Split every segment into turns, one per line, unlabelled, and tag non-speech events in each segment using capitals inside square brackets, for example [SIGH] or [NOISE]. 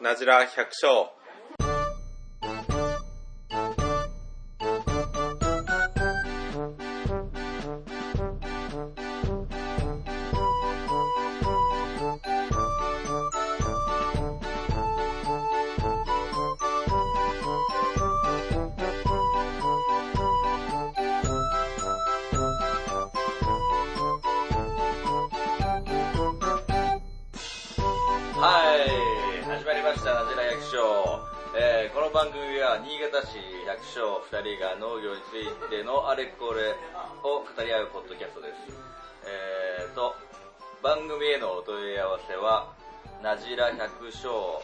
なじら百姓
はい始まりました「なじら百姓」えーこの番組は新潟市百姓2人が農業についてのあれこれを語り合うポッドキャストですえーと番組へのお問い合わせはなじら百姓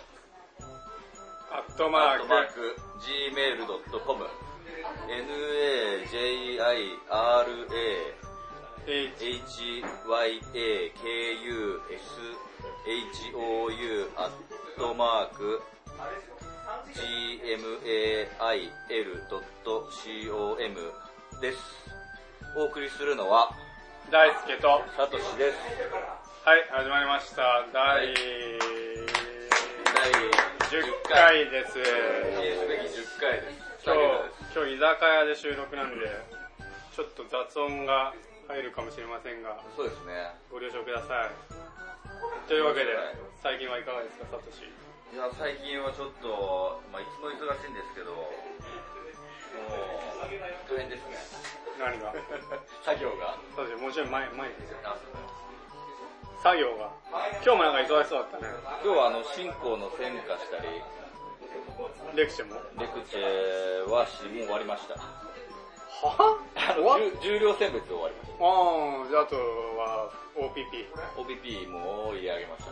アット
マーク gmail.com najira hyakUshou アットマーク gmail.com です。お送りするのは、
大輔と、はい、
サトシです。
始まりました。第
第
10回です。
記念すべき10回です。
今日
二人目です、
今日居酒屋で収録なんで、ちょっと雑音が入るかもしれませんが、
そうですね。
ご了承ください。というわけで、最近はいかがですか、サトシ。
いや、最近はちょっと、まあ、いつも忙しいんですけ [LAUGHS] ど、もう、大変ですね。
何が
作業が。
サトシ、もうちろん前、前ですよ。
あそうだ
作業が。今日もなんか忙しそうだったね。
今日はあの、進行の専科したり、
レクチェも。
レクチェはし、もう終わりました。
は
あ
[LAUGHS] 終わっ
の、重重量選別終わりまし
あー、じゃああとは OPP。
た。OPP も入れ上げまし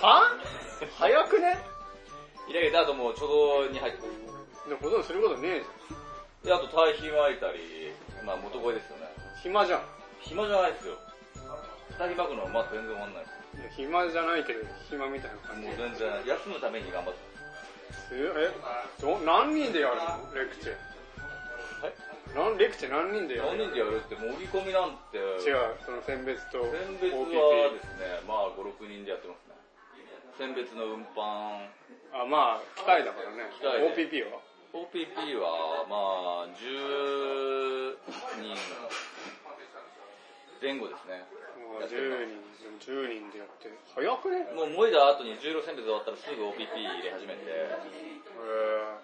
た。
は早くね
入れ上げた後もうちょうどに入って
でもほとんどすることねえじゃ
で、あと対比巻いたり、まあ元声ですよね。
ん。暇じゃん。
暇じゃないですよ。二人巻くのはまあ全然終わんないです。
いや暇じゃないけど、暇みたいな感じ
もう。全然、休むために頑張って
え、えど何人でやるのレクチェ。なんレクチェ何人でや
ます。
るの
何人でやるって、もう折り込みなんて。
違う、その選別と OPP。
選別はですね、まあ5、6人でやってますね。選別の運搬、
あ、まあ、機械だからね。
機械で
OPP は
OPP はまあ10人前後ですね。
もう
やってる
10人、10人でやって。早くね
もう燃えた後に重量選別終わったらすぐ OPP 入れ始めて、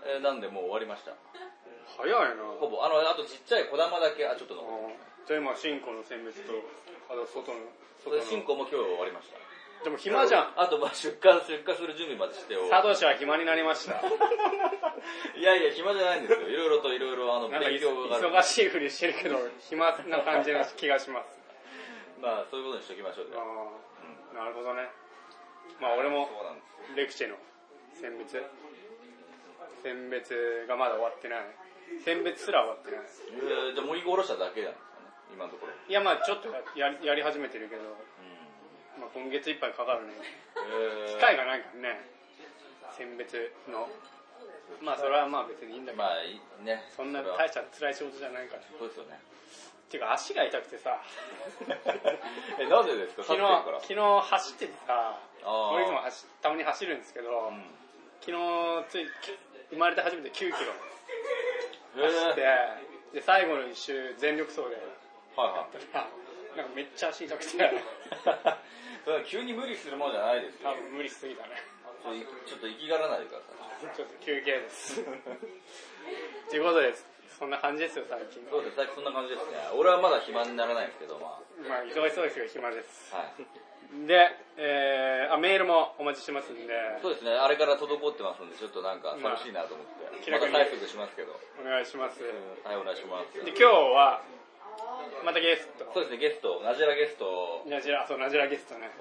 え
えーなんでもう終わりました。
ー、早いな。
ほぼ、あの、あとちっちゃい小玉だけ、あ、ちょっと
あ
残っ
ーじゃあ今、新庫の選別と、あと外の、
た。
外
で、進
の。
行も今日終わりました。
でも暇じゃん。
あと、まあ出荷、出荷する準備までして
サトシは暇になりま
[LAUGHS]
した。
いやいや、暇じゃないんですよ。いろいろといろいろ、あの、
なんか
勉強がある。
忙しいふりしてるけど、暇な感じの気がします。
まあ、そういうことにしとき [LAUGHS] ましょう
あ
ね。
あ、なるほどね。まあ俺も
そうなんです。
レクチェの選別選別がまだ終わってない。選別すら終わってない。
えー、じゃあ、もう一個おろしただけなんですかね。今のところ。
いやまあちょっとややりやり始めてるけど、
うん。
まあ、今月いっぱいかかるね。
えー
機会がないからね。選別の。まあそれはまあ別にいいんだけど。
まあ、いいね。
そんな
れは
大した辛い仕事じゃないから。
そうですよね。 [LAUGHS]
ていうか足が痛くてさ、
え、なぜですか
昨日
勝ってるから。
昨日走っててさ、
あー
俺いつも走たまに走るんですけど、
うん
昨日ついき生まれて初めて9キロ
へー
走って、で最後の一周全力走で [LAUGHS]
はい [LAUGHS] はい。
なんかめっちゃ足痛くて [LAUGHS]
それは急に無理するもんじゃないです
多
よ。
分無理しすぎたね [LAUGHS]
ちょっとちょっと生きがらないでください。
ちょっと休憩です [LAUGHS] ということですそんな感じですよ最近
そうです、最近そんな感じですね。俺はまだ暇にならないんですけど、まあ。
まあ忙しそうですけど暇です
はい。
で、えーあメールもお待ちしてますんで
そうですね、あれから滞ってますんで、ちょっとなんか寂しいなと思って。
気
ま
楽
た
に
対策しますけど。
お願いします
はい、お願いします。
で今日はまたゲスト
そうですね、ゲスト、ナジラゲストを、
ナジラそうナジラゲストね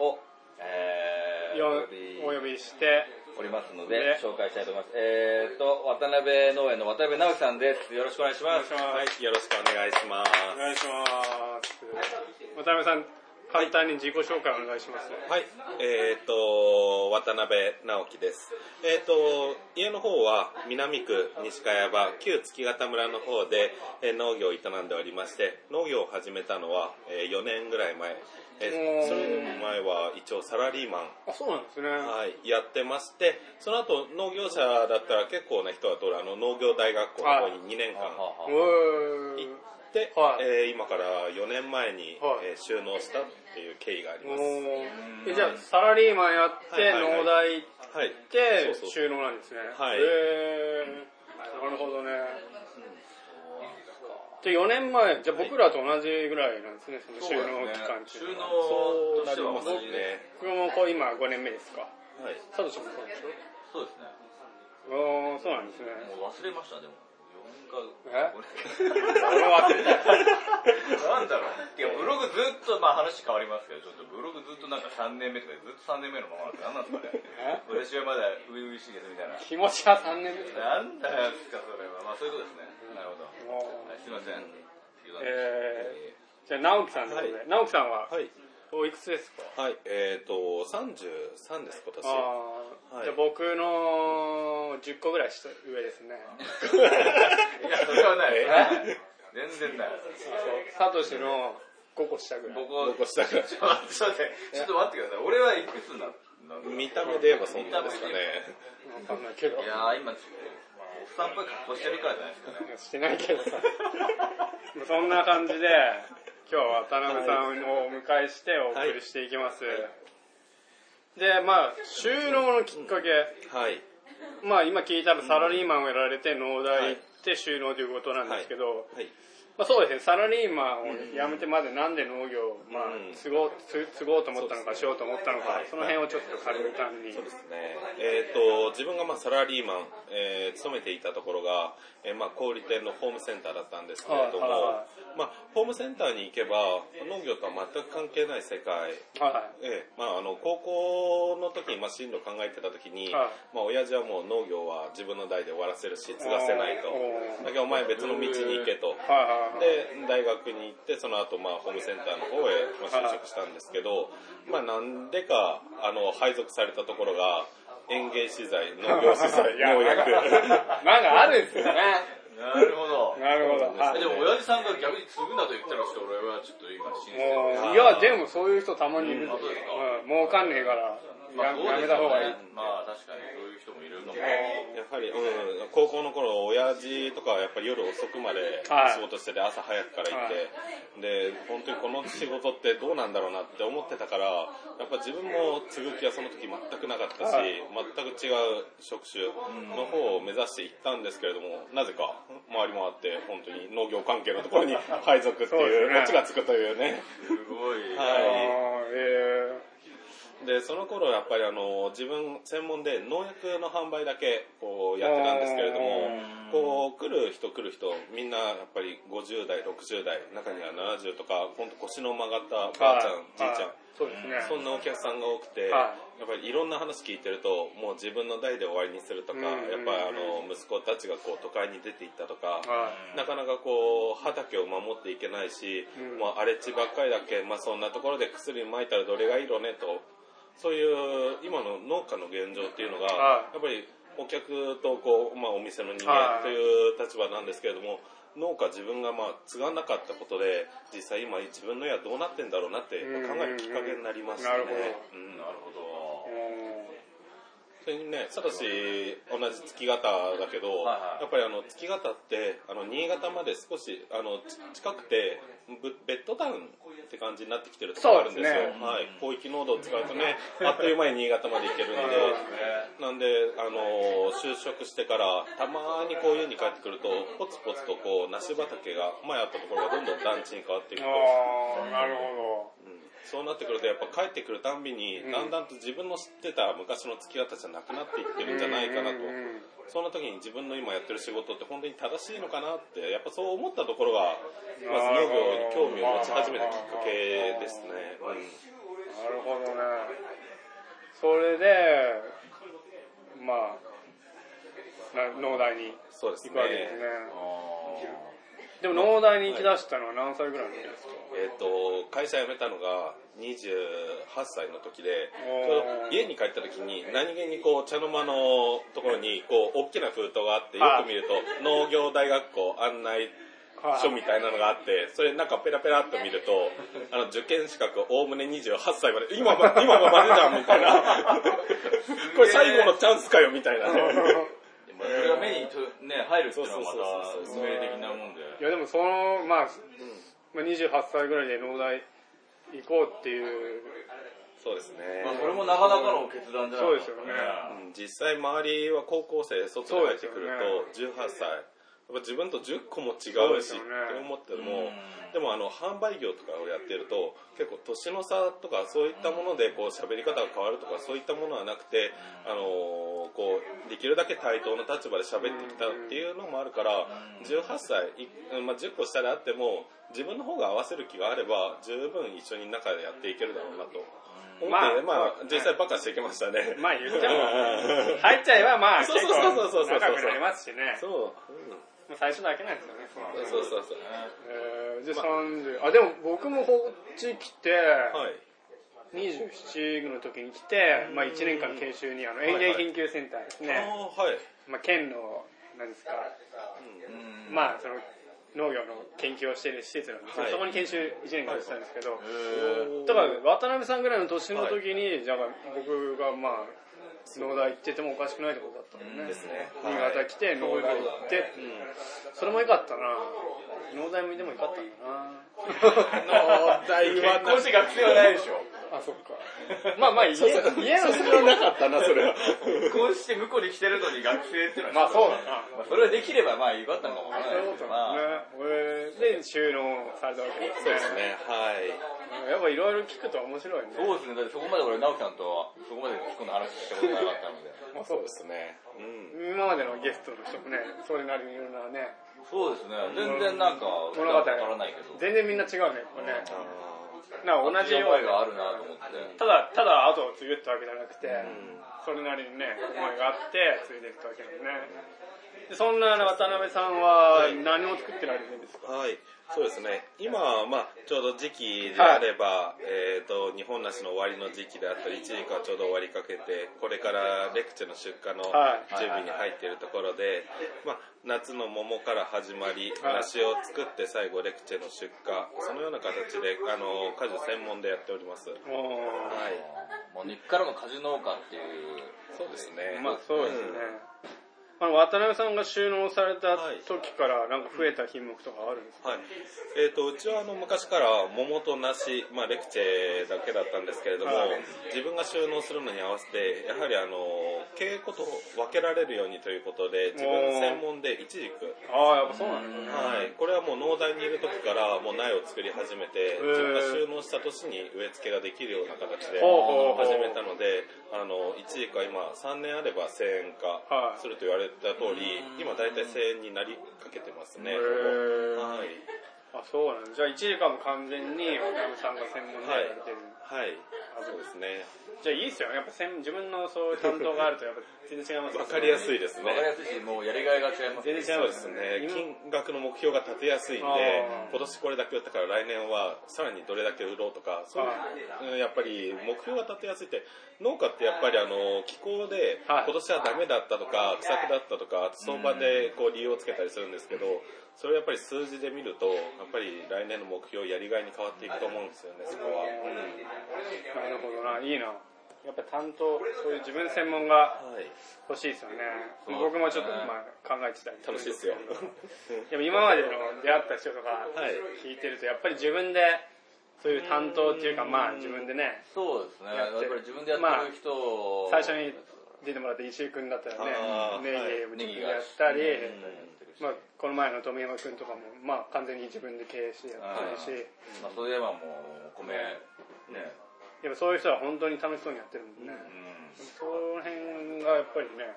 えー、
よお
お
呼
呼び
びして
おりますの
ね
で、紹介したいと思います。えーと、渡辺農園の渡辺直樹さんです。よろしくお願いします。
お願いします
はい、よろしくお願いしま
お
す。
願いします。渡辺さん、簡単に自己紹介お願いします。
はい、えっ、と、渡辺直樹です。えっ、と、家の方は南区西茅場、旧月形村の方で、えー農業を営んでおりまして、農業を始めたのは、え4年ぐらい前え
おー
それよりも前は一応サラリーマン、
あ、そうなんですね。
はい、やってましてその後農業者だったら結構な人が通るあの農業大学校の方に2年
は
間行
は
う
は
ーん
って、
はい
えー今から4年前に、
はい
えー収納したっていう経緯があり
お
ます。
ーえじゃあ、サラリーマンやって、
はいはいは
農大
い
行
はい
って
そうそう、
収納なんですね。
はい
へーなるほどね。で、4年前、じゃあ僕らと同じぐらいなんですね、その
そ
収
う
納
ですね
期間ってい
収
うのは。
そう
納として
なり
は
ま
同
す
じ
ね
で。
僕もこう今5年目ですか。
はい
サトシもそうでしょ
すそうですね
ああ、そうなんですね。
もう忘れましたでも
え
4か5
俺は忘れた
なんだろういやブログずっとまあ話変わりますけどちょっとブログずっとなんか3年目とかでずっと3年目のままなんて何なんですか
え
ね私はまだ初々しいですみたいな
気持ちは3年目ですね。
なんだよですかそれはまあそういうことですねなるほど
もう
はいすいません
えじゃあ、直樹さんのことで、
は
直樹さんは、
はい
おいくつですか
はい、えっ、と、33です、今年。
ああ、
は
じ
い
ゃあ僕の10個ぐらい下上ですね。
[LAUGHS]
いやそれはない
え
全然ない
そうサトシの5個下ぐらい。
僕は
僕は下か
[LAUGHS]
ら
ちょっと待ってちょっと待ってください俺はいくつなんだろう
見た目で言えばそんなんですかね。
わかんないけど。
いやー今ちょっと、まあ、おっさんっぽい格好してるからじゃないですかね
してないけどさ。そんな感じで、今日は渡辺さんをお迎えしてお送りしていきます。で、まあ、収納のきっかけ。
はい。
まあ今聞いたらサラリーマンをやられて農大行って収納ということなんですけど、
はい。
まあそうですね、サラリーマンを辞めてまでなんで農業を、まあ
うん、
継ごう、継継ごうと思ったのか、しようと思ったのか
はい、
その辺をちょっと軽く単に。
そうですね。えっ、と、自分がまあサラリーマン、えー勤めていたところが、えーまあ小売店のホームセンターだったんですけれども、
はいは
まあホームセンターに行けば、農業とは全く関係ない世界
は
ええ、まああの高校の時にまあ進路考えてた時に、
はい
まあ親父はもう農業は自分の代で終わらせるし継がせない
お
と
ー
だけどお前別の道に行け
い。
と
はいはいはい。
で大学に行ってその後まあホームセンターの方へまあ就職したんですけど、まあなんでかあの配属されたところが園芸資材農業資材
[LAUGHS] いや
農薬
なんかあるんですよね。
なるほど
なるほど。は
え
い
でも親父さんが逆に継ぐなと言ったらちょっと俺はちょっと今信じてる
もういや、でもそういう人たまにいる。うん
本当ですか
儲かんねえから、
まあ
や
どう
や
で
め
す
た
か
方がいい
ね。まあ確かにそういう人もいるかも
やはり、うん、高校の頃親父とかはやっぱり夜遅くまで
はい
仕事してて朝早くから行って、で本当にこの仕事ってどうなんだろうなって思ってたからやっぱ自分も継ぐ気はその時全くなかったし、
はい
全く違う職種の方を目指していったんですけれどもなぜか回り回って本当に農業関係のところに配属って
そうです
いう
ね
こっちがつくというね。
すごい
は
あー
い
え
でその頃やっぱりあの自分専門で農薬の販売だけこうやってたんですけれどもこう来る人来る人みんなやっぱり50代60代中には70とか本当腰の曲がっ
ー
たばあちゃん、
はい
じいちゃ
は
ん、
いそうですね。
そんなお客さんが多くて、
は
やっぱりいろんな話聞いてるともう自分の代で終わりにすると
う
か、
んうんうん
やっぱりあの息子たちがこう都会に出ていったとか、
は
なかなかこう畑を守っていけないし、
うん
もう荒れ地ばっかりだっけ、まあ、そんなところで薬撒いたらどれがいいのねとそういう今の農家の現状っていうのが、
はい
やっぱりお客とこう、まあ、お店の人
はい
間という立場なんですけれども、農家自分がまあ継がなかったことで実際今自分の家どうなってんだろうなって
うん
考えるきっかけになりましたね
なるほど
うん
なるほど
う
それにね、サトシ同じ月型だけど、
はいはい
やっぱりあの月型ってあの新潟まで少しあのち近くてぶベッドタウンって感じになってきてるところあるんですよ
そうですね
はい、広域濃度を使うとねあっという間に新潟まで行けるのでなんであの就職してからたまにこういうに帰ってくるとポツポツとこう梨畑が前あったところがどんどん団地に変わっていく
ん。
と。
ああ、なるほ
そうなってくるとやっぱ帰ってくるたんびに、
ん
だんだんと自分の知ってた昔の付き合ったじゃなくなっていってるんじゃないかなと、
うんうんうん
そんな時に自分の今やってる仕事って本当に正しいのかなってやっぱそう思ったところがまず農業に興味を持ち始めたきっかけですね、う
ど。な
ん
るほどね。それで、まあ、な農大に
そうです
行く
ね
わけですね。
あ
でも農大に行き出したのは何歳ぐらいの時ですか
えっと会社辞めたのが28歳の時で
おー
家に帰った時に何気にこう茶の間のところにこう大きな封筒があってよく見ると農業大学校案内
はい
書みたいなのがあって、それなんかペラペラっと見ると、あの、受験資格おおむね28歳まで、今ま、今がまでだみたいな。これ最後のチャンスかよみたいなね。
でもそれが目にとね、入るっていうのは
そう
また
そうそうそう
運命的なもんで。
[LAUGHS] いやでもその、まあ、まあ28歳ぐらいで農大行こうっていう、
そうですね。
まあ、それもなかなかの決断じゃない
そうですよね
うん実際周りは高校生外に入ってくると18歳やっぱ自分と10個も違
そうで
う
す
し
よね
って思っても
うん
でもあの販売業とかをやってると結構年の差とかそういったものでこう喋り方が変わるとかそういったものはなくてあのーこうできるだけ対等な立場で喋ってきたっていうのもあるから18歳、いまあ、10個下であっても自分の方が合わせる気があれば十分一緒に中でやっていけるだろうなと思って、
ま
ま
あ
あ
そうですね
実際バカしてきましたね。
まあ言っちゃえば、入っちゃえばまあ結
そう
構
そうそうそうそうそう
長くなりますしね、
そう、
まあ最初だけなんですよね、その
うん、そうそうそう。
えー、で30、あ、でも僕もこっち来て、
はい。
27の時に来て、まあ1年間研修に、あの、園芸研究センターですね、
ああ、はい。
まあ県の、なんですか、
うん
まあその、農業の研究をしている施設なんですけど、
はい
そこに研修1年間したんですけど、
おー
だから渡辺さんぐらいの年の時に、じゃあ僕がまあ農大行っててもおかしくないってことだったもんね
ですね
新潟来て農大行って、それも良かったな農大もでも良かったんだな
農
[LAUGHS]
大
結
は
婚して学生はないでしょ。
[LAUGHS] あそっかまあまあ家
[LAUGHS] そうそう
家の
それはなかったな、それ [LAUGHS] は。
結婚して向こうに来てるのに学生っていうの
ま
は。
あそうだな
まあそれはできればまあよかったのかもね。
そういうこと
ま
だね
あ、
俺で収納されたわけです
そうです
ね
ね、はい。
やっぱいろいろ聞くと面白いね
そうですね。だってそこまで俺、直樹さんとはそこまでこの話したことなかったので。
まあそうですね。うん。
今までのゲストの人もねそれなりにいろんなね
そうですね。全然なんか、
物語
わからないけど。
全然みんな違うねこれねなんか同じ
同じ
よ
思
う
い
な
があるなと思って。
ただただ後を継ぐってわけじゃなくて、それなりにね思いがあって継いでいくわけだよねでそんな渡辺さんは何を作ってられるんですか、
はい、そうですね。今、まあ、ちょうど時期であれば、えっ、と、日本梨の終わりの時期であったり、一時期はちょうど終わりかけて、これからレクチェの出荷の
はい
準備に入っているところで、まあ、夏の桃から始まり、
はい
梨を作って最後レクチェの出荷、そのような形で、あの、果樹専門でやっております。は
おー
い。
もう根っからの果樹農家っていう。
そうですね。
まあそうですね、あの渡辺さんが収納された時からなんか増えた品目とかあるんですか、
はい。えっ、と、うちはあの昔から桃と梨、まあレクチェだけだったんですけれども、
はい
自分が収納するのに合わせて、やはりあの、経営こと分けられるようにということで、自分専門で一軸。
ああやっぱそうなんですね
はい。これはもう農大にいる時からもう苗を作り始めて、
ー
自分が収納した年に植え付けができるような形で、
ほうほうほう
始めたので、あの、一軸は今3年あれば1000円
は
化
い
すると言われた通り、今大体1000円になりかけてます
へ
ね。
ー
はい。
あそうなんですじゃあ1時間も完全に渡辺さんが専門でやられてる、
はい。そうですね。
じゃあいいっすよやっぱ専自分のそういう担当があるとやっぱ全然違いますね
わかりやすいですね。
わかりやすいし、もうやりがいが違いますね。
全然違
そうですね。金額の目標が立てやすいんで
あー、
今年これだけ売ったから来年はさらにどれだけ売ろうとか、そういう、うんやっぱり目標が立てやすいって、農家ってやっぱりあの、気候で
はい
今年はダメだったとか、不作だったとか、相場でこう理由をつけたりするんですけど、それをやっぱり数字で見ると、やっぱり来年の目標、やりがいに変わっていくと思うんですよね、そこは。
なるほどな、いいな。やっぱ担当、そういう自分専門が
はい。
欲しいですよね。
そう
僕もちょっとまあ考えてたり
楽しいですよ。
でも今までの出会った人とか
はい
聞いてると、やっぱり自分で、そういう担当っていうか、まあ自分でね、
そうですね。
や
や
っ
っ
て
ぱり自分でやってる人を、
最初に出てもらった石井君だったら
あ
ね、
ー
ネギを自分
ネギ
で
が
やったり、
うん
まあこの前の富山君とかも、まあ完全に自分で経営してやってるし、
まあ、それではもう、米、ね。
やっぱそういう人は本当に楽しそうにやってるもんね。
うん
その辺がやっぱりね、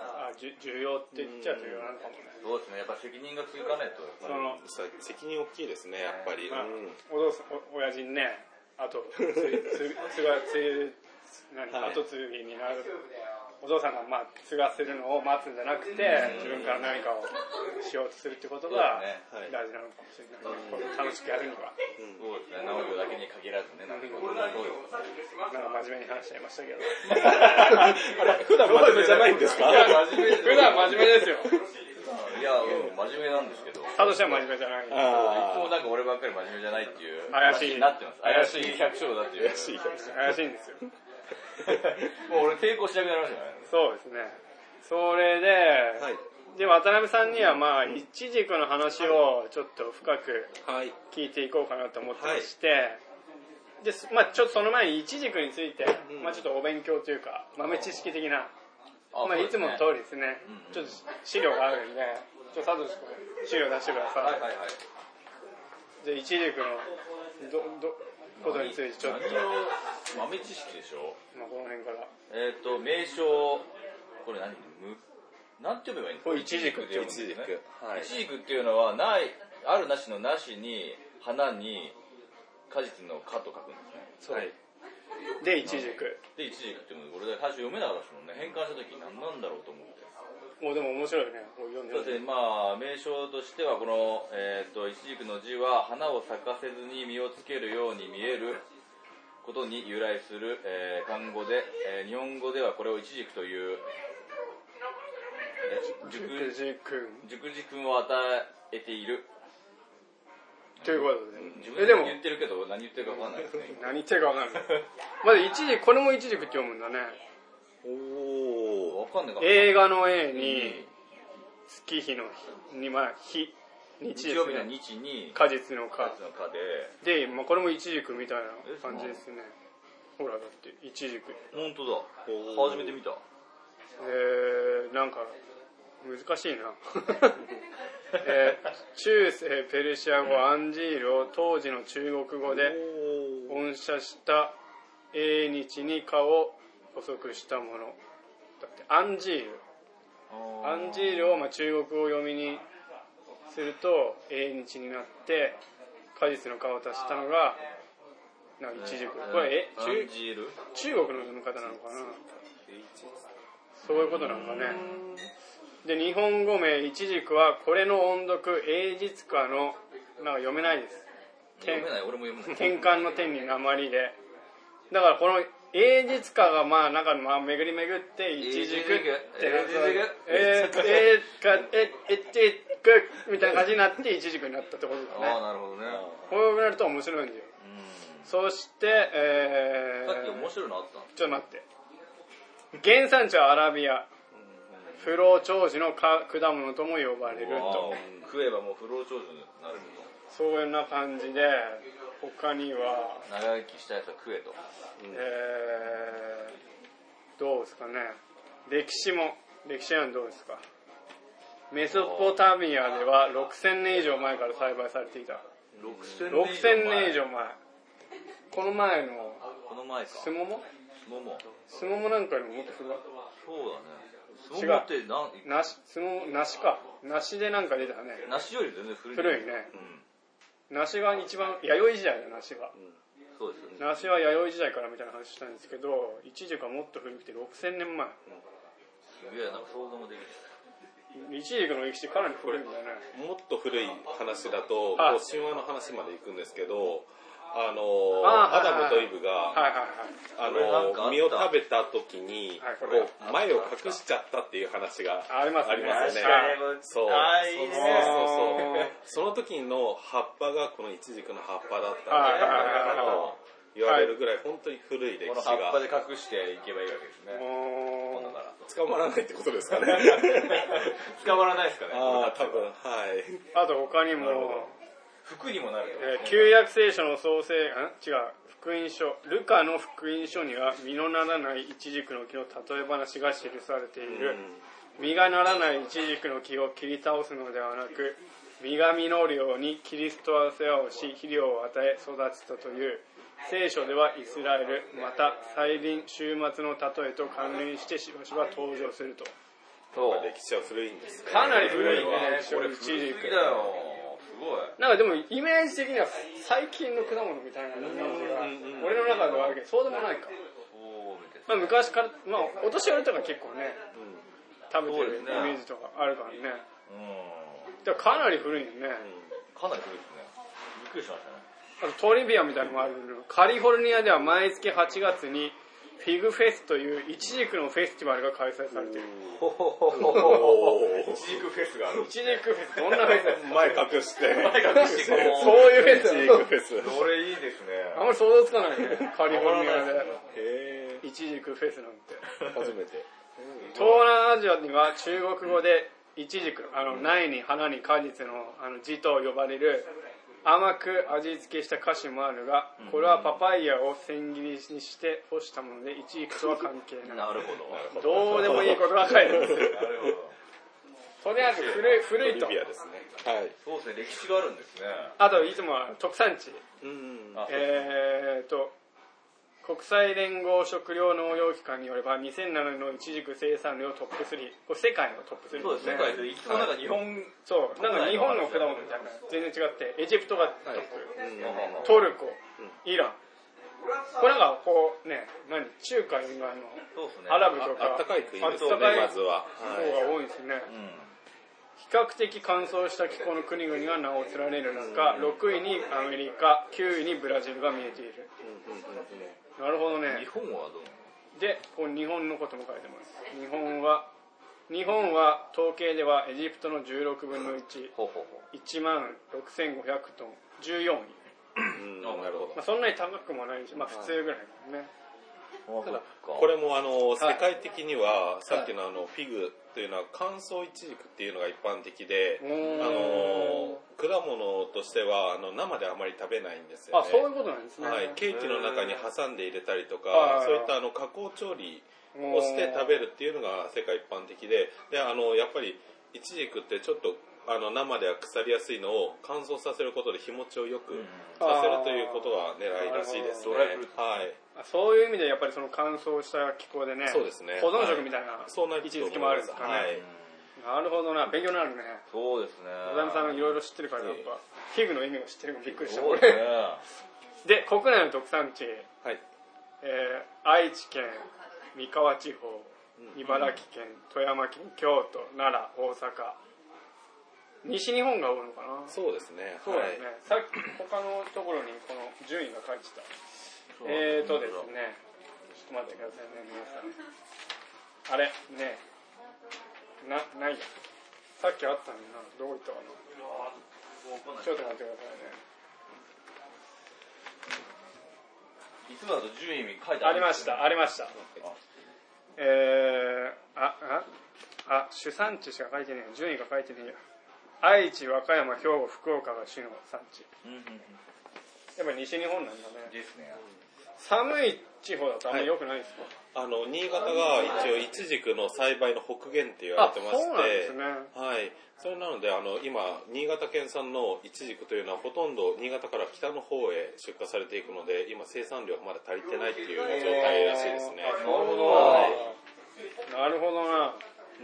あじゅ重要って言っちゃ重要なのかもね。
そうですね。やっぱ責任が続かないと。
その、
そう責任大きいですね、やっぱり。
まあ
うん
お父さん、お親父にね、あと、 [LAUGHS] つ、つ、つが、つ、何、
はい
後継ぎになる。お父さんが、まあ、継がせるのを待つんじゃなくて、自分から何かをしようとするってことが
そうですねはい
大事なのかもしれない。楽しくやるには。
そうですね。直樹だけに限らずね、何事もそうですね。
なんか真面目に話しちゃいましたけど。
あれ、 [LAUGHS] 普段真面目じゃないんですか
いや真面目
普段真面目ですよ。
いや、もう真面目なんですけど。
サトシは真面目じゃない。
あ
いつも
あ
なんか俺ばっかり真面目じゃないっていう
怪
話
しい
になってます。怪
怪
し
しい
い百姓だっていう。
嬉しい百姓
怪しいんですよ。
もう俺抵抗しなくなりましたね。
そうですね。それで、
はい
で、渡辺さんにはまあ、いちじくの話をちょっと深く
はい
聞いていこうかなと思ってまして、で、すまあちょっとその前にいちじくについて、
うん
まあちょっとお勉強というか、豆知識的な、
あ
まあいつもの
そう
通りですね
うんうん、
ちょっと資料があるんで、ちょっとサトシ君、資料出してください。
ですねはいはいはい。
じゃあ、いちじくの、ど、ど、ことについてちょっと、
何を豆知識でしょ
まあこの辺から。
えっ、と、名称、これ何むなんて呼べばいいんですか
これイチジクって
イ
呼
チ
ぶ
ジ
んですね
ク
はい
イチジクっていうのは、ない、あるなしのなしに、花に、果実の果と書くんですね。
はい
で、いちじく。
で、イチジクっていうの俺最初読めなかったですもんね。変換した時何なんだろうと思って。
もうでも面白いね。もう読んで
だってまあ名称としてはこの、えー、とイチジクの字は花を咲かせずに実をつけるように見えることに由来する、えー漢語で、えー日本語ではこれをイチジクというえ
じ
熟
くじく
熟字君を与えている
ということ
自
で。え、
分
で
で
も、
言ってるけど何言ってるか分かんないですね
何言ってるかわかんない。まず一軸、これも一軸って読むんだね。
おお分かんないか
映画の A に、月日の日、に、まあ、日、日です
日曜日の
ね。
日に
果実の
2
果
つ。の課で
で、まあ、これも一軸みたいな感じですね。ほら、だって、一軸。
本当だ
おー
初めて見た
えー、なんか、難しいな。えー中世ペルシア語アンジールを当時の中国語で
おー
恩赦した永日に蚊を捕捉したものだってアンジールアンジールをまあ中国語読みにすると永日になって果実の皮を足したのがなんか一軸これえ
アン
中
ジール
中国の読み方なのかなそういうことなのかねで日本語名一軸はこれの音読英日化のなんか読めないです
読めない俺も読めない
転換の点に鉛でだからこの英実家がまあなんかまあ巡り巡って一軸ってえー、えー、かええっちくみたいな感じになって一軸になったってことだ
あ
ね
あなるほどね
こうなると面白いんだよ
うん
そしてえ
さっき面
ー、
白いのあったの
ちょっと待って原産地はアラビア不老長寿のか果物とも呼ばれると
うん食えばもう不老長寿になるけ
そういうような感じで他には
ど長生きしたやつは食えと
えーどうですかね歴史も歴史なんどうですかメソポタミアでは6000年以上前から栽培されていた
6000
6000年以上前この前の
この前か
スモモ
モモ
スモモなんかよりももっと古い
そうだねスモモって何
梨スモモ梨か梨でなんか出たね
梨より全然古い
古いね
うん
梨が一番弥生時代だ梨は
そうですよね
梨は弥生時代からみたいな話したんですけど一時がもっと古くて6000年前
すげえなんか想像もできる
一時の歴史かなり古いんだよね
もっと古い話だと、
はい
もう神話の話まで行くんですけど、あの
あー
ー
は
ア
いはい
ダムとイブ
は
が、
いはいはい
あ
これなんかあった
の実を食べた時に、
はい
こう前を隠しちゃったっていう話が
ありますね
ありますよ
確
かに
ねそう
あーいいね
そうそうそうその時の葉っぱがこのイチジクの葉っぱだったんじゃないかなと言われるぐらい本当に古い歴
この
史
葉っぱで隠
が
していけばいいわけですね
も
今
う [LAUGHS]
度から
捕まらないってことですかね
捕まらないですかね
ああ多分はい
あと他に
なるほ
も、
服にもなる
え
と
ー旧約聖書の創世、ん違う、福音書、ルカの福音書には実のならないイチジクの木の例え話が記されている。実がならないイチジクの木を切り倒すのではなく、実が実るようにキリストは世話をし、肥料を与え育てたという、聖書ではイスラエル、また再臨、終末の例えと関連してしばしば登場すると。
そう
歴史は古いんですね
かなり古いね
こ
これ
れ、古
古
すぎだ
す
よ
ぎ。
すごい。
なんかでもイメージ的には最近の果物みたいな感じが俺の中ではあるけどそうでもないか、
そうみたい
ま
な。
あ、昔からまあお年寄りとか結構ね食べてるイ
そうですね
メージとかあるからね
うん。
だからかなり古いよね
かなり古いですね。びっくりしました
あ
ね。
とトリビアみたいなのもあるけどカリフォルニアでは毎月8月にフィグフェスというイチジクのフェスティバルが開催されている。
ほほほほ
おー
一軸フェスがある
イ。チジクフェス、どんなフェスですか
前隠し
隠し
て。
てこう
[LAUGHS] そういうフェス
チ
だ
ー
よ
クフェス。
それいいですね
あんまり想像つかないね。カリフォルニア
わからない
で。
へ
イチジクフェスなんて。
ー初めて。
東南アジアには中国語でイチジクあの苗に花に果実のあの字と呼ばれる甘く味付けした菓子もあるがこれはパパイヤを千切りにして干したものでイチジクとは関係ない
なるほど。
どうでもいいことが書いてあ
[LAUGHS]
る
なるほど。
とりあえず古い
ト
古い
リ
と
ビアですね。はい。
そうですね、歴史があるんですね。
あといつもは特産地
うん
あ
えーと国際連合食糧農業機関によれば2007年のイチジク生産量トップ3これ世界のトップ3
そうですね、世界でいつもなんか日本、
そう、なんか日本の果物みたいな、全然違って、エジプトがトップ、ト
そう
ルコ、イラン、これなんかこうね、何、中華以外の
ですね。
アラブ
あ
と
あ
か、
ったかい国で
あっ
すね、
たかい
まずは。
方が多いですね。
うん。
比較的乾燥した気候の国々が名を連ねる中、6位にアメリカ、9位にブラジルが見えている。なるほど
日
ね。
本はどう
で、こう日本のことも書いてます。日本は、日本は統計ではエジプトの16分の1、
ほうほうほ
1万6500トン、14位。
うんなるほ
まあ、そんなに高くもないし、まあ、普通ぐらいですね、
う。
ど。こ
これ、
れもあの、世界的には、さっきのあの、フィグというのは乾燥イチジクっていうのが一般的で、
おー
あの、果物としては、あの、生であまり食べないんですよ
あ
ね。
そういうことなんですね、
はい、ケーキの中に挟んで入れたりと
はい、
かそういったあの加工調理をして食べるっていうのが世界一般的で、で、あの、やっぱり、イチジクってちょっと、あの、生では腐りやすいのを乾燥させることで日持ちをよくさせるということが狙いらしいです
あード
ね。
ライフルーツ
はい。
あそういう意味でやっぱりその乾燥した気候でね
そうですね
保存食みたいな、
そうなる
位
と
置づ
思い
けも
ます
あるんですかね、な
はい
るほどな勉強になるね
そうですね。
小山さんいろいろ知ってるからやっぱフィグの意味を知ってるからびっくりした
そう
俺
です
で
ね。
国内の特産地、え
はい。
ー愛知県三河地方茨城県富山県京都奈良大阪西日本が多いのかな
そうですね。
そうですね、さっき他のところにこの順位が書いてたえーとですねちょっと待ってくださいね皆さんあれねなないやさっきあったのになどこ行ったかなちょっと待ってくださいね
いつもだと順位書いて
ありましたありましたえー、あああ主産地しか書いてねえよ順位が書いてねえや愛知和歌山兵庫福岡が主の産地
うんうんうん
やっぱ西日本なんだね
ですね。
寒い地方だとあんまり良くないですか、
あの、新潟が一応、イチジクの栽培の北限って言われてまし
あ
て、
そうなんですね
はい。それなので、あの、今、新潟県産のイチジクというのは、ほとんど新潟から北の方へ出荷されていくので、今、生産量がまだ足りてないっていう状態らしいですね。
なるほど
はい
なるほどな。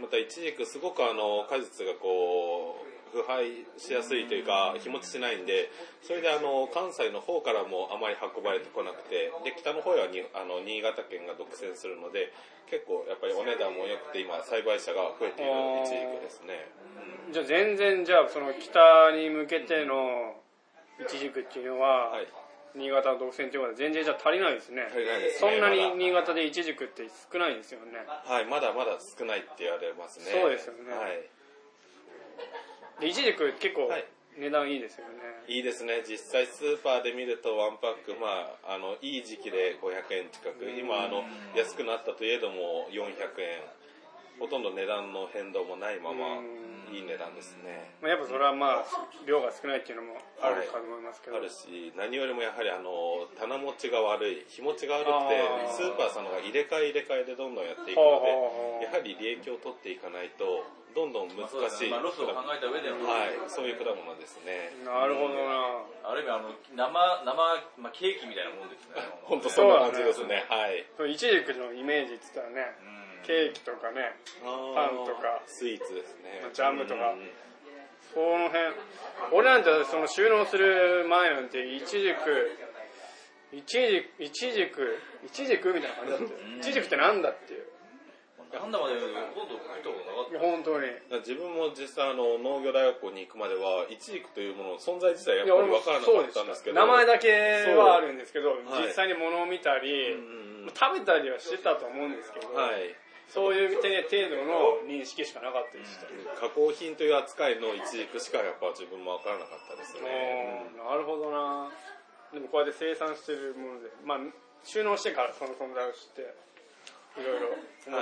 また、イチジク、すごくあの、果実がこう、腐敗しやすいというか、日持ちしないんで、それであの、関西の方からもあまり運ばれてこなくて、で、北の方へはにあの、新潟県が独占するので、結構やっぱりお値段も良くて、今、栽培者が増えているイチジクですね。
じゃあ全然じゃあその北に向けてのイチジクっていうのは、
はい。
新潟の独占ということで全然じゃあ足りないですね。
足りないです
そ
ね
んなに
まだ
新潟でイチジクって少ないんですよね。
はい、まだまだ少ないって言われますね。
そうですよね
はい。
でイチジク結構
はい
値段いいですよね。
いいですね。実際スーパーで見るとワンパック、まあ、あの、いい時期で500円近く、今、あの、安くなったといえども400円。ほとんど値段の変動もないま
う、
まいい値段ですね。
まあ、やっぱそれはまあ量が少ないっていうのもあるかと思いますけど。
あるし、何よりもやはりあの、棚持ちが悪い、日持ちが悪
あー
くて、スーパーさんのが入れ替え入れ替えでどんどんやっていく
ほうほうほう
ので、やはり利益を取っていかないと、どんどん難
そうで
し
すね
い。
まあロスを考えた上での、
はい、そういう果物ですね。
なるほどな。
ある意味あの生生、まあ、ケーキみたいなもんですね。
本当そんな感じですね。はい。
そのイチジクのイメージって言ったらね、ケーキとかね、
パ
ンとか
スイーツですね。
ジャムとか
うん
この辺俺なんてその収納する前なんてイチジクイチジクイチジクイチジクみたいな感じだったよイチジクってなんだっていう
や
なんだかね、今度食ったことなかった。
本当に。
自分も実際あの農業大学校に行くまではイチジクというものの存在自体
い
やっ
や
ぱ
俺
り
も
分からなかったんですけど
名前だけはあるんですけど、
い
実際に物を見たり、
うんうん
食べたりはしてたと思うんですけど、
はい
そういう程度の認識しかなかったりして。
加工品という扱いのイチジクしかやっぱ自分も分からなかったです
お
ね
ーなるほどなでもこうやって生産してるもので、まあ、収納してからその存在を知っていろいろ面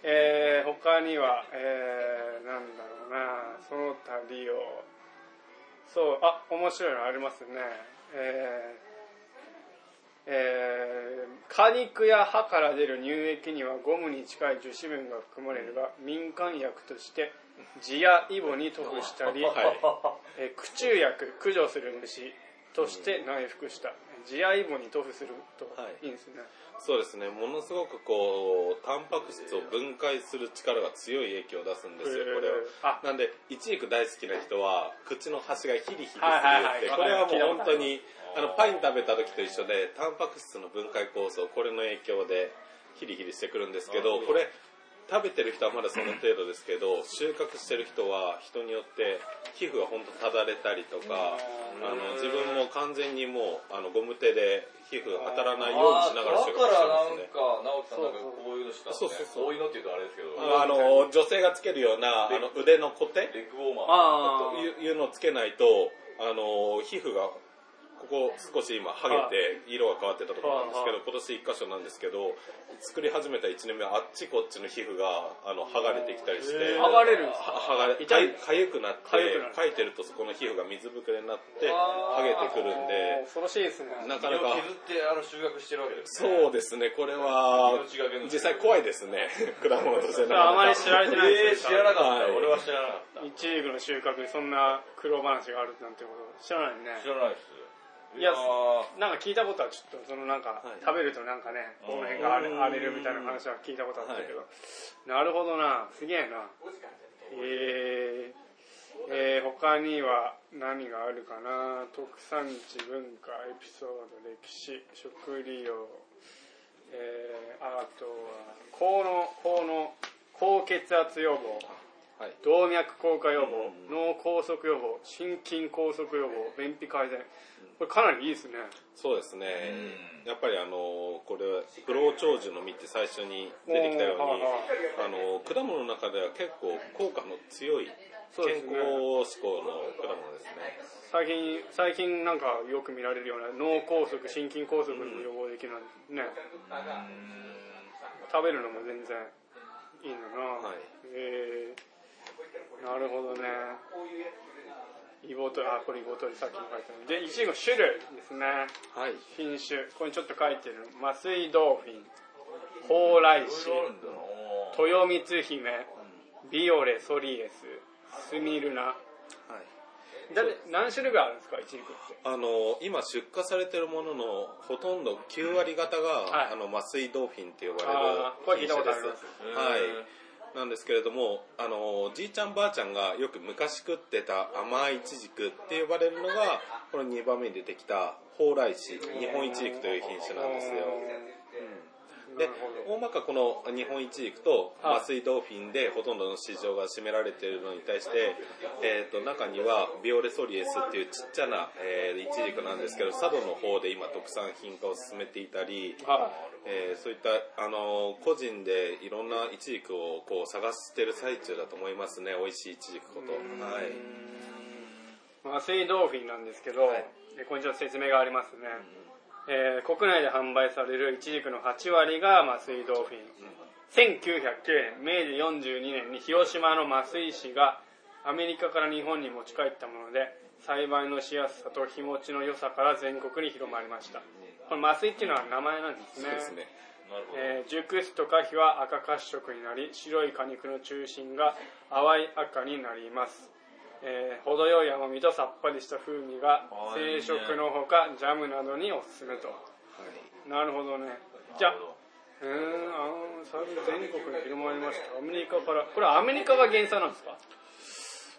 白いね、えー、他には、えー、なんだろうなその他利用そうあ面白いのありますねえーえー果肉や歯から出る乳液にはゴムに近い樹脂分が含まれるが民間薬として痔やイボに塗布したり、
はい
えー駆虫薬駆除する虫として内服した地合イボに塗布すると
はい
いいんですね、
そうですねものすごくこうタンパク質を分解する力が強い影響を出すんですよこれ
あ
はなんで、イチジク大好きな人は、口の端がヒリヒリするって、
はいはいはい
これはもう本当に、
聞いたことあ
あ
る
の、パイン食べた時と一緒で、タンパク質の分解酵素、これの影響で、ヒリヒリしてくるんですけど、
あ
これ、食べてる人はまだその程度ですけど、収穫してる人は、人によって、皮膚が本当ただれたりとか、あの、自分も完全にもう、あの、ゴム手で皮膚が当たらないようにしながら収穫して
だからな
ます
ん
ね。
か、直樹さんなんかこういうのしたんですね。
そうそうそう
こういうのって言うとあれですけど、
あの、女性がつけるような、あの、腕のコテ
レッグウォー
あ
マー。
ー
いういうのをつけないと、あの皮膚がここ少し今剥げて色が変わってたところなんですけ
は
ど今年1箇所なんですけど作り始めた1年目あっちこっちの皮膚があの剥がれてきたりして
剥がれるんですか
は剥がれ
痛い
かゆくなって
かゆくなる
かいてるとそこの皮膚が水ぶくれになって剥げてくる
あ
ん
ー
で
恐ろしいですね
なか
身
な
を
か
削って、あの、収穫してるわけですね。
そうですねこれは
命がけの
実際怖いですね [LAUGHS] 果物としてなか
あま
なか
り知られてない
えー、
です
知らなかった。
はい
俺は知らなかった。
イチジクの収穫にそんな苦労話があるなんてこと知らないね
知らないです。
いや
ー
なんか聞いたことはちょっとそのなんか、
はい
食べるとなんかねこの辺が荒れ
うん
荒れるみたいな話は聞いたことあったけど、なるほどなすげえなえーえー他には何があるかな特産地文化エピソード歴史食利用、えーあとは高の高の高血圧予防
はい
動脈硬化予防、
う
脳梗塞予防心筋梗塞予防便秘改善これかなりいいですね
そうですね、やっぱりあのこれ不老長寿の実って最初に出てきたよう
おーはい
にあの果物の中では結構効果の強い
そうです
健
ね
康志向の果物ですね
最近最近なんかよく見られるような脳梗塞心筋梗塞にも予防できるなんてね、食べるのも全然いいのな、
はい
えーなるほどねイボトリあこれイボトリさっきも書いてあるで1位の種類ですね
はい
品種ここにちょっと書いてる麻酔ドーフィン蓬莱
い
子
ろいろある
豊
んだな
光姫ビオレソリエススミルナ
はい
だって何種類ぐらいあるんですかイチジクって
あの今出荷されてるもののほとんど9割方が、
はい
あの麻酔ドーフィンって呼
あ
ば
ーこ
れ
れ
る
聞い
品
た
種
こと
で
あ
す
ります
はいなんですけれどもあのじいちゃんばあちゃんがよく昔食ってた甘いイチジクって呼ばれるのがこの2番目に出てきた蓬莱子日本イチジクという品種なんですよ
うんな
で
るほど
大まかこの日本イチジクと
はい
麻酔ドーフィンでほとんどの市場が占められているのに対して、えー、と中にはビオレソリエスっていうちっちゃな、えーイチジクなんですけど佐渡の方で今特産品化を進めていたり、
は
えーそういった、あのー個人でいろんなイチジクをこう探してる最中だと思いますね美味しいイチジクことはい
い麻酔ドーフィンなんですけど、でこれにちょっと説明がありますね、えー国内で販売されるイチジクの8割が麻酔ドーフィン、1909年明治42年に広島の麻酔師がアメリカから日本に持ち帰ったもので栽培のしやすさと日持ちの良さから全国に広まりましたこの麻酔っていうのは名前なんですね
そうですね
なるほど。
えー熟すと果皮は赤褐色になり白い果肉の中心が淡い赤になります、えー程よい甘みとさっぱりした風味が
あーいい
定
ね
食のほかジャムなどにおすすめとなるほどねじゃあうーんあのそれ全国に広まりましたアメリカからこれアメリカが原産なんですか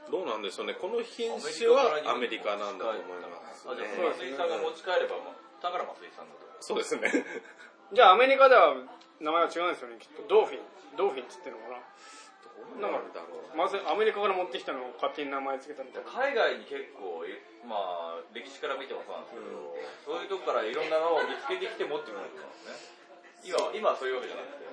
どうなんでしょうねこの品種はアメリカなんだと思います
あ、じゃ
ね
あ、松井さんが持ち帰れば、まあだから松井さんだと。
そうですね
じゃあアメリカでは名前は違うんですよねきっとドーフィンドーフィンっつってんのかな
どうなんだろう
ま
な。
ずアメリカから持ってきたのを勝手に名前つけたみたいな
海外に結構、いまあ、歴史から見てもそうなんですけど、そういうとこからいろんなのを見つけてきて持ってくるんですね。今、今はそういうわけじゃなくて。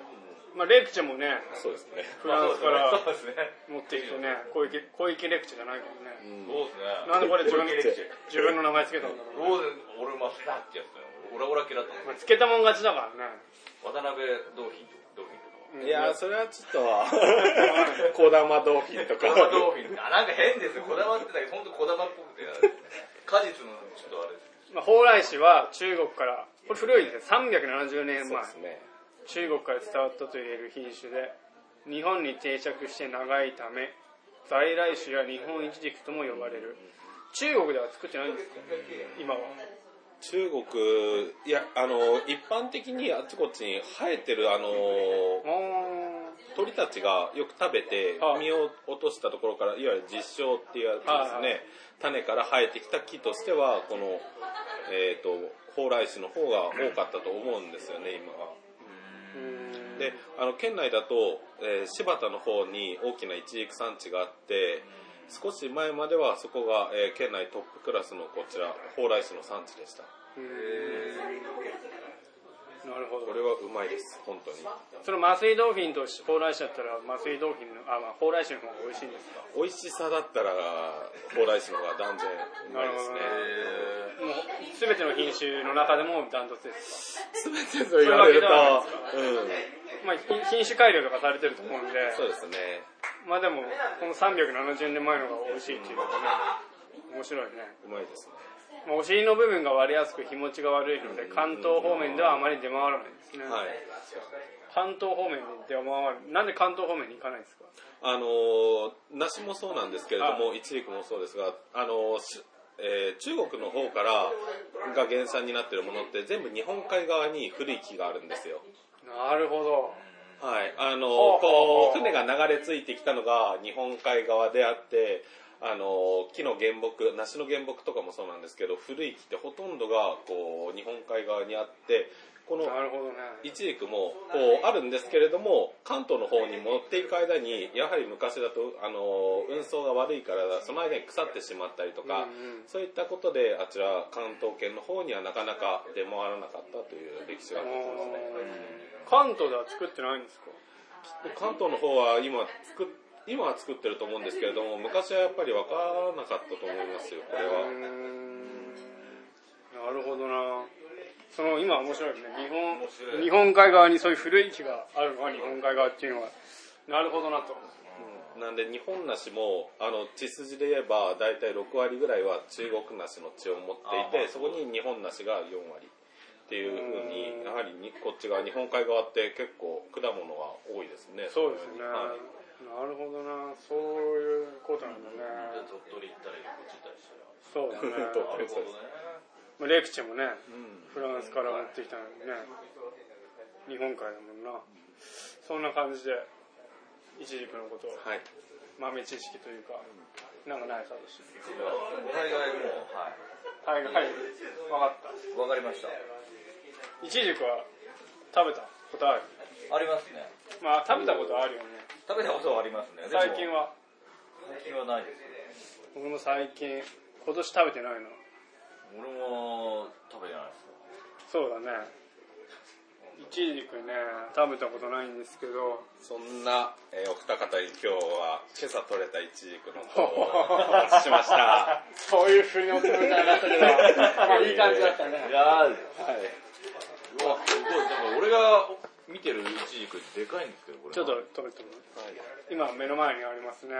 まあレクチェもね
そうですね。
フランスから
まあそうですね。
持ってきてね小池小池レクチェじゃないからね
そうですね。
[LAUGHS] なんでこれ自分
小池レク
自
チェ
分の名前つけたんだろう
ローゼン、俺マスターってやつだよ。オラオラ系だったもん
まあつけたもん勝ちだからね
渡辺同品とか、同品とか。
うん
いやー、それはちょっと、
[LAUGHS]
小玉ドーフィンと
小
か。
玉同品あ、なんか変ですよ。小玉ってだけど、ほんと小玉っぽくて、あれですね果実のちょっとあれです。
まあ、蓬莱市は中国からこれ古いですね370年
そう
前
ですね。
中国から伝わったといえる品種で日本に定着して長いため在来種や日本イチジクとも呼ばれる中国では作ってないんですか今は
中国、いや、あの、一般的にあっちこっちに生えてる、あの、
あ
鳥たちがよく食べて
ああ
実を落としたところからいわゆる実生っていうやつです
はいは
ね種から生えてきた木としてはこの、えー、と蓬莱種の方が多かったと思うんですよね今は。
ーうーん
であの県内だと、えー柴田の方に大きなイチジク産地があって少し前まではそこが、えー県内トップクラスのこちら蓬莱種の産地でした
うーんなるほど
これはうまいです本当に
その麻酔ドーフィンと蓬莱市だったら麻酔ドーフィンのあ、まあ、蓬莱市の方が美味しいんですか
美味しさだったら蓬莱種の方が断然うまいで
なもう
すね
全ての品種の中でもダントツです
全然そう言われると、
それ
うん
は、まあ品品種改良とかされてると思うんで
そうですね。
まあでも、この370年前のが美味しいっていうのがね、面白いね。
うまいですね。
まあ、お尻の部分が割れやすく日持ちが悪いので、関東方面ではあまり出回らないですね。
はい。
関東方面に出回る。なんで関東方面に行かないんですか
あのー梨もそうなんですけれども、いちじくもそうですが、あのーしえー中国の方からが原産になっているものって全部日本海側に古い木があるんですよ。
なるほど。
はい。あの
ほうほうほ
ーこ
う
う、船が流れ着いてきたのが日本海側であって、あのー木の原木、梨の原木とかもそうなんですけど、古い木ってほとんどがこう、日本海側にあって、この
なるほどね。
イチジクもこうあるんですけれども関東の方に持っていく間にやはり昔だとあの運送が悪いからその間に腐ってしまったりとか、
うんうん
そういったことであちら関東圏の方にはなかなか出回らなかったという歴史があるんですね
おー関東では作ってないんですか
関東の方は今作っ今は作ってると思うんですけれども昔はやっぱり分からなかったと思いますよこれ
うーん
は
なるほどな。その今面白いね。日本、日本海側にそういう古い木があるのが日本海側っていうのは、なるほどなと。
なんで日本梨もあの血筋で言えば大体6割ぐらいは中国梨の血を持ってい
あー
てそこに日本梨が4割っていうふう
うん
にやはりにこっち側日本海側って結構果物が多いですね
そうですね。
はい
なるほどな。そういうことなんだ
で
ね。
鳥取行ったり、こっち行ったりして。
そう [LAUGHS] ですね。
と
なるほどね。
まあレクチェもね、
うん
フランスから持ってきたのにね、日本海だもんな。そんな感じで、イチジクのことを
はい
豆知識というか、なんかないさとして。
海外も、は
はい、
い。
はい、わかった。
わかりました。
イチジクは食べたことある
ありますね。
まあ食べたことあるよね
食べたことはありますね。でも
最近。は
最近はないですね。
僕も最近今年食べてないな
俺も食べてないですよ。
そうだねイチジクね食べたことないんですけど
そんな、えーお二方に今日は今朝取れたイチジクの方をお話ししましたは
[LAUGHS] そういうふうにおつもりじゃなかったけど
[LAUGHS]
まあいい感じだった
い
ね
やー、
いう
わ、すごい。でも俺が見てるイチジクでかいんですけど、これ。
ちょっと食べても今目の前にありますね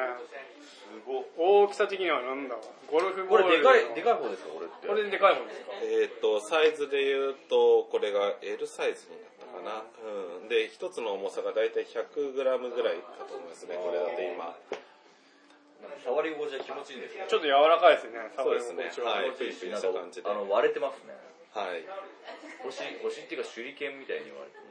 すごい。
大きさ的には何だろうゴルフボ
こ
ール
れでかい、で
い
かい方ですか、俺って。
これででかい方ですか
えー、とサイズで言うとこれが L サイズになったかな、うん、で一つの重さが大体 100g ぐらいかと思いますねこれだと今
なんか触り心地が気持ちいいんですよ。
ちょっと柔らかいですね
そうですね
触り心地は
は
気
い
持ちいいし、なんか
そういう感じで
あの割れてますね。
はい
星、星っていうか手裏剣みたいに割れてる。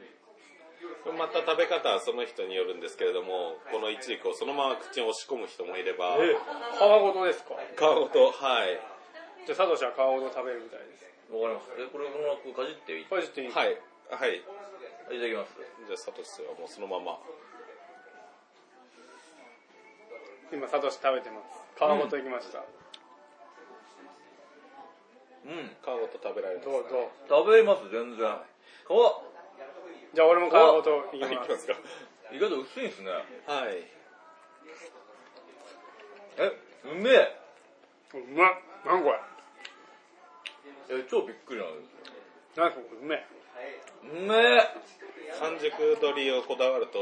これまた食べ方はその人によるんですけれどもこのイチジクをそのまま口に押し込む人もいれば
皮ごとですか
皮ごとはい
じゃあ佐藤氏は皮ごと食べるみたいです
わかります。え、これこのままこうかじっていいい
これちょっといい
はいはい
ただきます。
じゃあサトシはもうそのまま
今サトシ食べてます皮ごといきました、
うん。
皮ごと食べられます、
どう
ね、
どう
食べます、全然。お
じゃあ俺も皮ごといき
はい、い
ま
きますすか
意外と薄いんですね。
はい
え、うめえ。
うまっ何これ
え、超びっくりなんですよ。
何これうめえ
うめえ。
完熟鶏をこだわると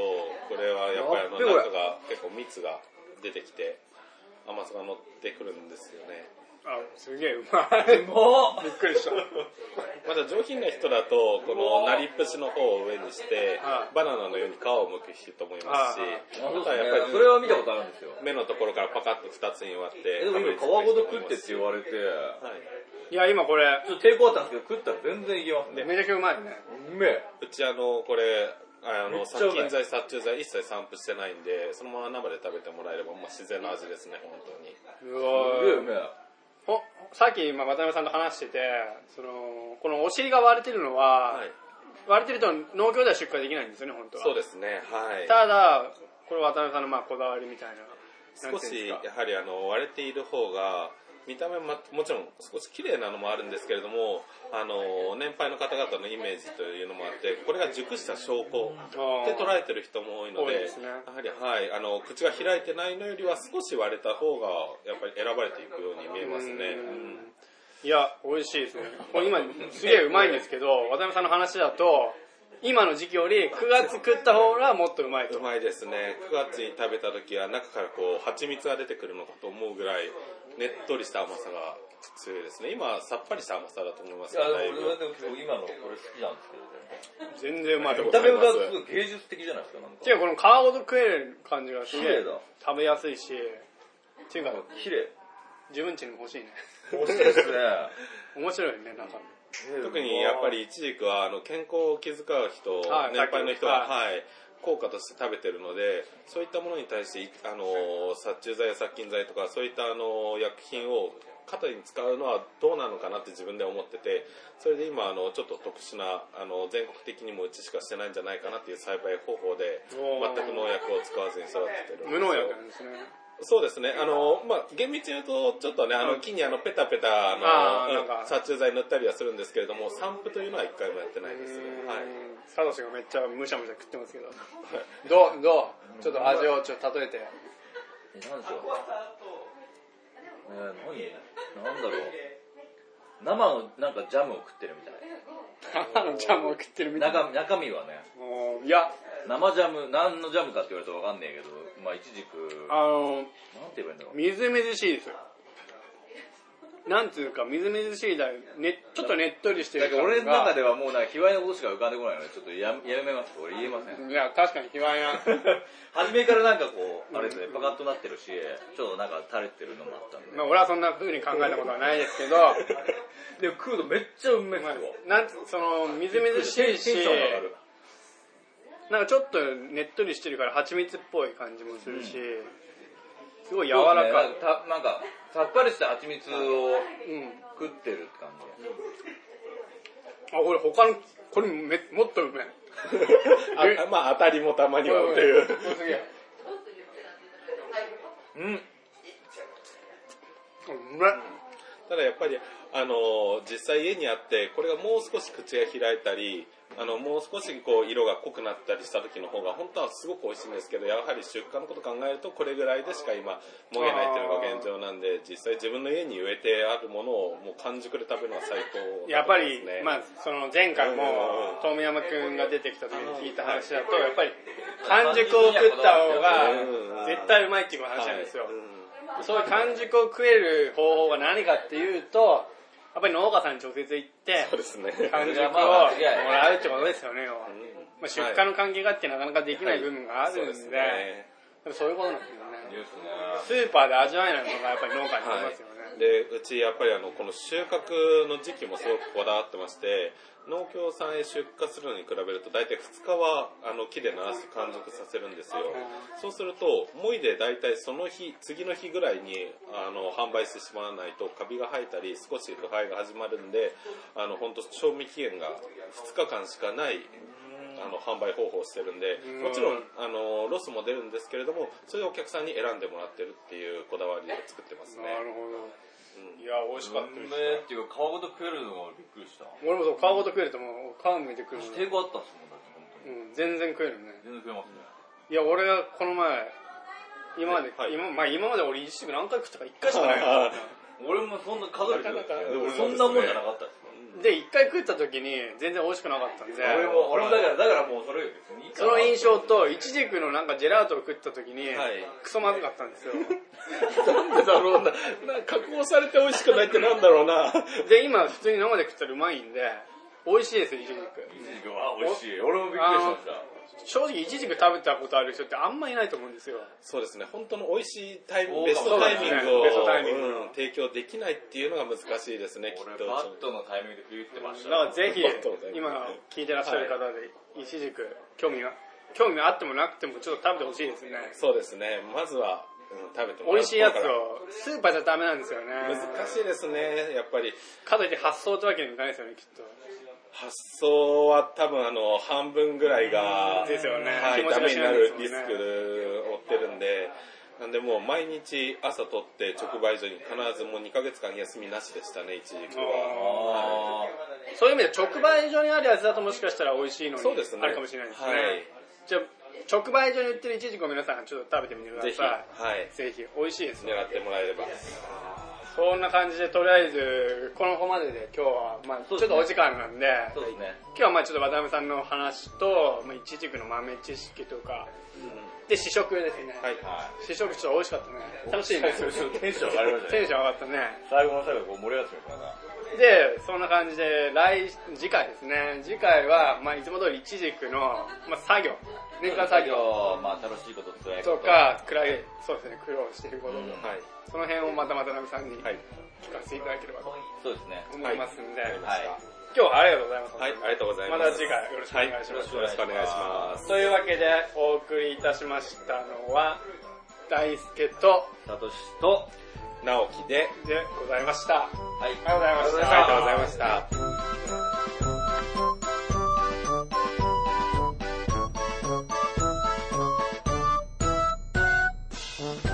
これはやっぱりあ
や
の
っべこれ
中が結構蜜が出てきて甘さが乗ってくるんですよね
あすげえうまい
うまっ
[LAUGHS] びっくりした
まだ上品な人だとこのなりっぷしの方を上にして
はい
バナナのように皮を剥く人もいますし
はい
あそう
ま
で
た
すね
やっぱり
それは見たことあるんですよ。
目のところからパカッと2つに割って
え、でも今皮ごと食ってって言われて、
はい、
いや今これ
ちょっと抵抗あったんですけど、食ったら全然いけますね。
めちゃくちゃうまいね
うめえ。
うちあのこれあ
め
の
っちゃう
殺
まい
菌剤殺虫剤一切散布してないんでそのまま生で食べてもらえれば、まあ、自然の味ですね本当に
う
すげえう
わ
めえ。
おさっき今渡辺さんと話しててそのこのお尻が割れてるのは、
はい
割れてると農協では出荷できないんですよね本当は
そうですねはい
ただこれ渡辺さんのまあこだわりみたいな
少し
なんていうんで
や
す
はりあの割れている方が見た目ももちろん少し綺麗なのもあるんですけれどもあの年配の方々のイメージというのもあってこれが熟した証拠
あー
で捉えてる人も多いの
多いで
で
すね
やはり、はい、あの口が開いてないのよりは少し割れた方がやっぱり選ばれていくように見えますね
う
うん
いや美味しいですねこれ今すげえうまいんですけど渡辺さんの話だと今の時期より9月食った方がもっとうまいと
うまいですね9月に食べた時は中からこう蜂蜜が出てくるのかと思うぐらいねっとりした甘さが強いですね今はさっぱりした甘さだと思います
いや、
けどだ
で
い
も俺はでも結構今の
ぶ
これ好きなんですけどね。
全然うまいと思う
見た目がすごい芸術的じゃないですか、なんか。
ていうかこの皮ごと食える感じがす
綺
げえ
麗だ。
食べやすいしっていうか
綺麗。
自分家にも欲しいね
美味しいですね。
面白いねなんか
特にやっぱりイチジクはあの健康を気遣う人、
はい
年配の人が、
は
はい、効果として食べてるのでそういったものに対してあの殺虫剤や殺菌剤とかそういったあの薬品を肩に使うのはどうなのかなって自分で思っててそれで今あのちょっと特殊なあの全国的にもうちしかしてないんじゃないかなっていう栽培方法で全
おー
く農薬を使わずに育ててるんですよ
無農薬なんですね
そうですね、あの、まあ、厳密に言うと、ちょっとね、あの、木にあの、ペタペタ、
あ
あの、
ー
うん
なんか
殺虫剤塗ったりはするんですけれども、散布というのは一回もやってないですね。
うーん
はい。
サトシがめっちゃむしゃむしゃ食ってますけどどうどうちょっと味をちょっと例えて
え、なんでしょう。えー、何なんだろう。生のなんかジャムを食ってるみたい。
母のジャムを食ってるみたいな
中中身はね、
もういや
生ジャム、何のジャムかって言われるとわかんねえけど、まあ、いちじく、
あの
なんて言えばいいんだろう。
みずみずしいですよなんつうかみずみずしいだよ、ね、ちょっとねっとりして
だ
る
から俺の中
で
ではもうなんか卑猥なことしか浮かんでこないので、ちょっとややめます。俺言えま [LAUGHS] せん。
いや確かに卑猥な
初めからなんかこう、あれですね、パカッとなってるし、ちょっとなんか垂れてるのもあったんで。
まあ俺はそんな風に考えたことはないですけど
[LAUGHS] でも食うとめっちゃうめえっす
ま
わ
あ。なんつそのみずみずしいし
テンション上がる。
なんかちょっとねっとりしてるから蜂蜜っぽい感じもするし、すごい柔
そう
ら
ですね
かい、
たなんか、さっぱりした蜂蜜を
うん
食ってるって感じ。
あこれ他のこれめもっとうめええ
[LAUGHS] あまあ、当たりもたまにはっていう。
これすげえ
うん。
うめえ
ただやっぱり、あの、実際家にあって、これがもう少し口が開いたり、あの、もう少しこう、色が濃くなったりした時の方が、本当はすごく美味しいんですけど、やはり出荷のこと考えると、これぐらいでしか今、もげないっていうのが現状なんで、実際自分の家に植えてあるものを、もう完熟で食べるのは最高だと思いますね、
やっぱり、まあ、その前回も、
う
遠山くんが出てきた時に聞いた話だと、やっぱり、完熟を食った方が、絶対うまいっていう話なんですよ
は。いうん
そういう完熟を食える方法が何かっていうと、やっぱり農家さんに直接行って
そう、ですね。
完熟をもらうってことですよね、要はまあ、出荷の関係があってなかなかできない部分があるんで、
そうですね。
そういうことなんですよね。
ですね。
スーパーで味わえないものがやっぱり農家にありますよね。
で、うちやっぱりあの、この収穫の時期もすごくこだわってまして、農協さんへ出荷するのに比べると大体2日はあの木で鳴らして完熟させるんですよ。そうすると、もいで大体その日、次の日ぐらいにあの販売してしまわないとカビが生えたり少し腐敗が始まるんで、あの本当賞味期限が2日間しかないああの販売方法をしてるんで
うん
もちろんあのロスも出るんですけれどもそういうお客さんに選んでもらってるっていうこだわりで作ってますね
なるほ
うん
ど。いや、美味しかったで
う
す
めえっていうか、皮ごと食えるのがびっくりした。
俺もそう、皮ごと食えるともう、皮むいてくるの。
抵抗あったっすもん、だって本当に。
うん、全然食えるね。
全然食えますね。
いや、俺がこの前、今まで、
はい
今まあ、今まで俺一食何回食ったか一回しかない
はい
俺もそんな数えてるんですけど、
なかなか
そんなもんじゃなかったですよ。
で、一回食った時に全然美味しくなかったんで、
俺も、俺もだから、だからもうそれより別にいい
そ
か
の
な
印象と、イチジクのなんかジェラートを食った時に、
はい
クソまずかったんですよ。
[LAUGHS] なんでだろうなな加工されて美味しくないってなんだろうな
で、今普通に生で食ったらうまいんで、美味しいですよ、イチジク。
いちじくは美味しい。俺もびっくりしました。
正直、イチジク食べたことある人ってあんまいないと思うんですよ。
そうですね本当の美味しいタイミン
そう
グベストタイミングを、
ベストタイミング
うん提供できないっていうのが難しいですねきっと
俺、バットのタイミングで食ってまし
だ
た
か
よ。
らぜひ
ありがとうござい、
今
ます
聞いてらっしゃる方で、イチジク、興味が、興味があってもなくてもちょっと食べてほしいですね。
そうですねまずは、うん食べてもらう
美味しいやつ
ところ
を、スーパーじゃダメなんですよね。
から難しいですねやっぱり
かといって発想ってわけにもいかないですよね、きっと。
発想は多分あの半分ぐらいが、
ですよね
は
気
い、
持ち
ダ
が
メ
し
に
な
ない
です
る
もんね
リスクを負ってるんで、なんでもう毎日朝取って直売所に必ずもう2ヶ月間休みなしでしたね、一時期は。
あ
そういう意味で直売所にあるやつだともしかしたら美味しいのに、
そうですね。
あるかもしれないですね。
は
じゃあ、直売所に売ってるイチジクを皆さんちょっと食べてみてくだ
い。ぜひ、
さ
は
い。。
い
ぜひ、美味しいですよ。
狙ってもらえれば。
そんな感じで、とりあえず、この方までで今日は、まあ、ちょ
そう
っ
で
とお時
すね
間なんで、
ーそうですね。
今日はまあちょっと渡辺さんの話と、まあ、イチジクの豆知識とか、で、試食ですね。
はい。
は
試食ちょっと美味しかったね。楽しいね。
い。テンション上がりました
テン
ね。
ション上がったね。
最後の最後、こう盛り上がってましたから。
で、そんな感じで、来、次回ですね。次回は、まあ、いつも通りイチジクの、まあ、作業。年間作業
まあ楽しいこと、辛いこ
と。
と
か、暗い、そうですね、苦労していることと
うん
か、
はい。
その辺をまたまたなみさんに聞
はい。
かせていただければと
そうで
思
すね。
いますんで、
はい。
今日はありがとうございます。ま
はい、ありがとうございます。
た次回よろしくお願いし
よ
ま
ろ
す
し。くお願いし
よろしくお願いし
ま。
ます
というわけで、お送りいたしましたのは、大輔と、
サトシと、
直樹で、
でございました。
はい。
ありがとうございました。
ありがとうございまし
「
た。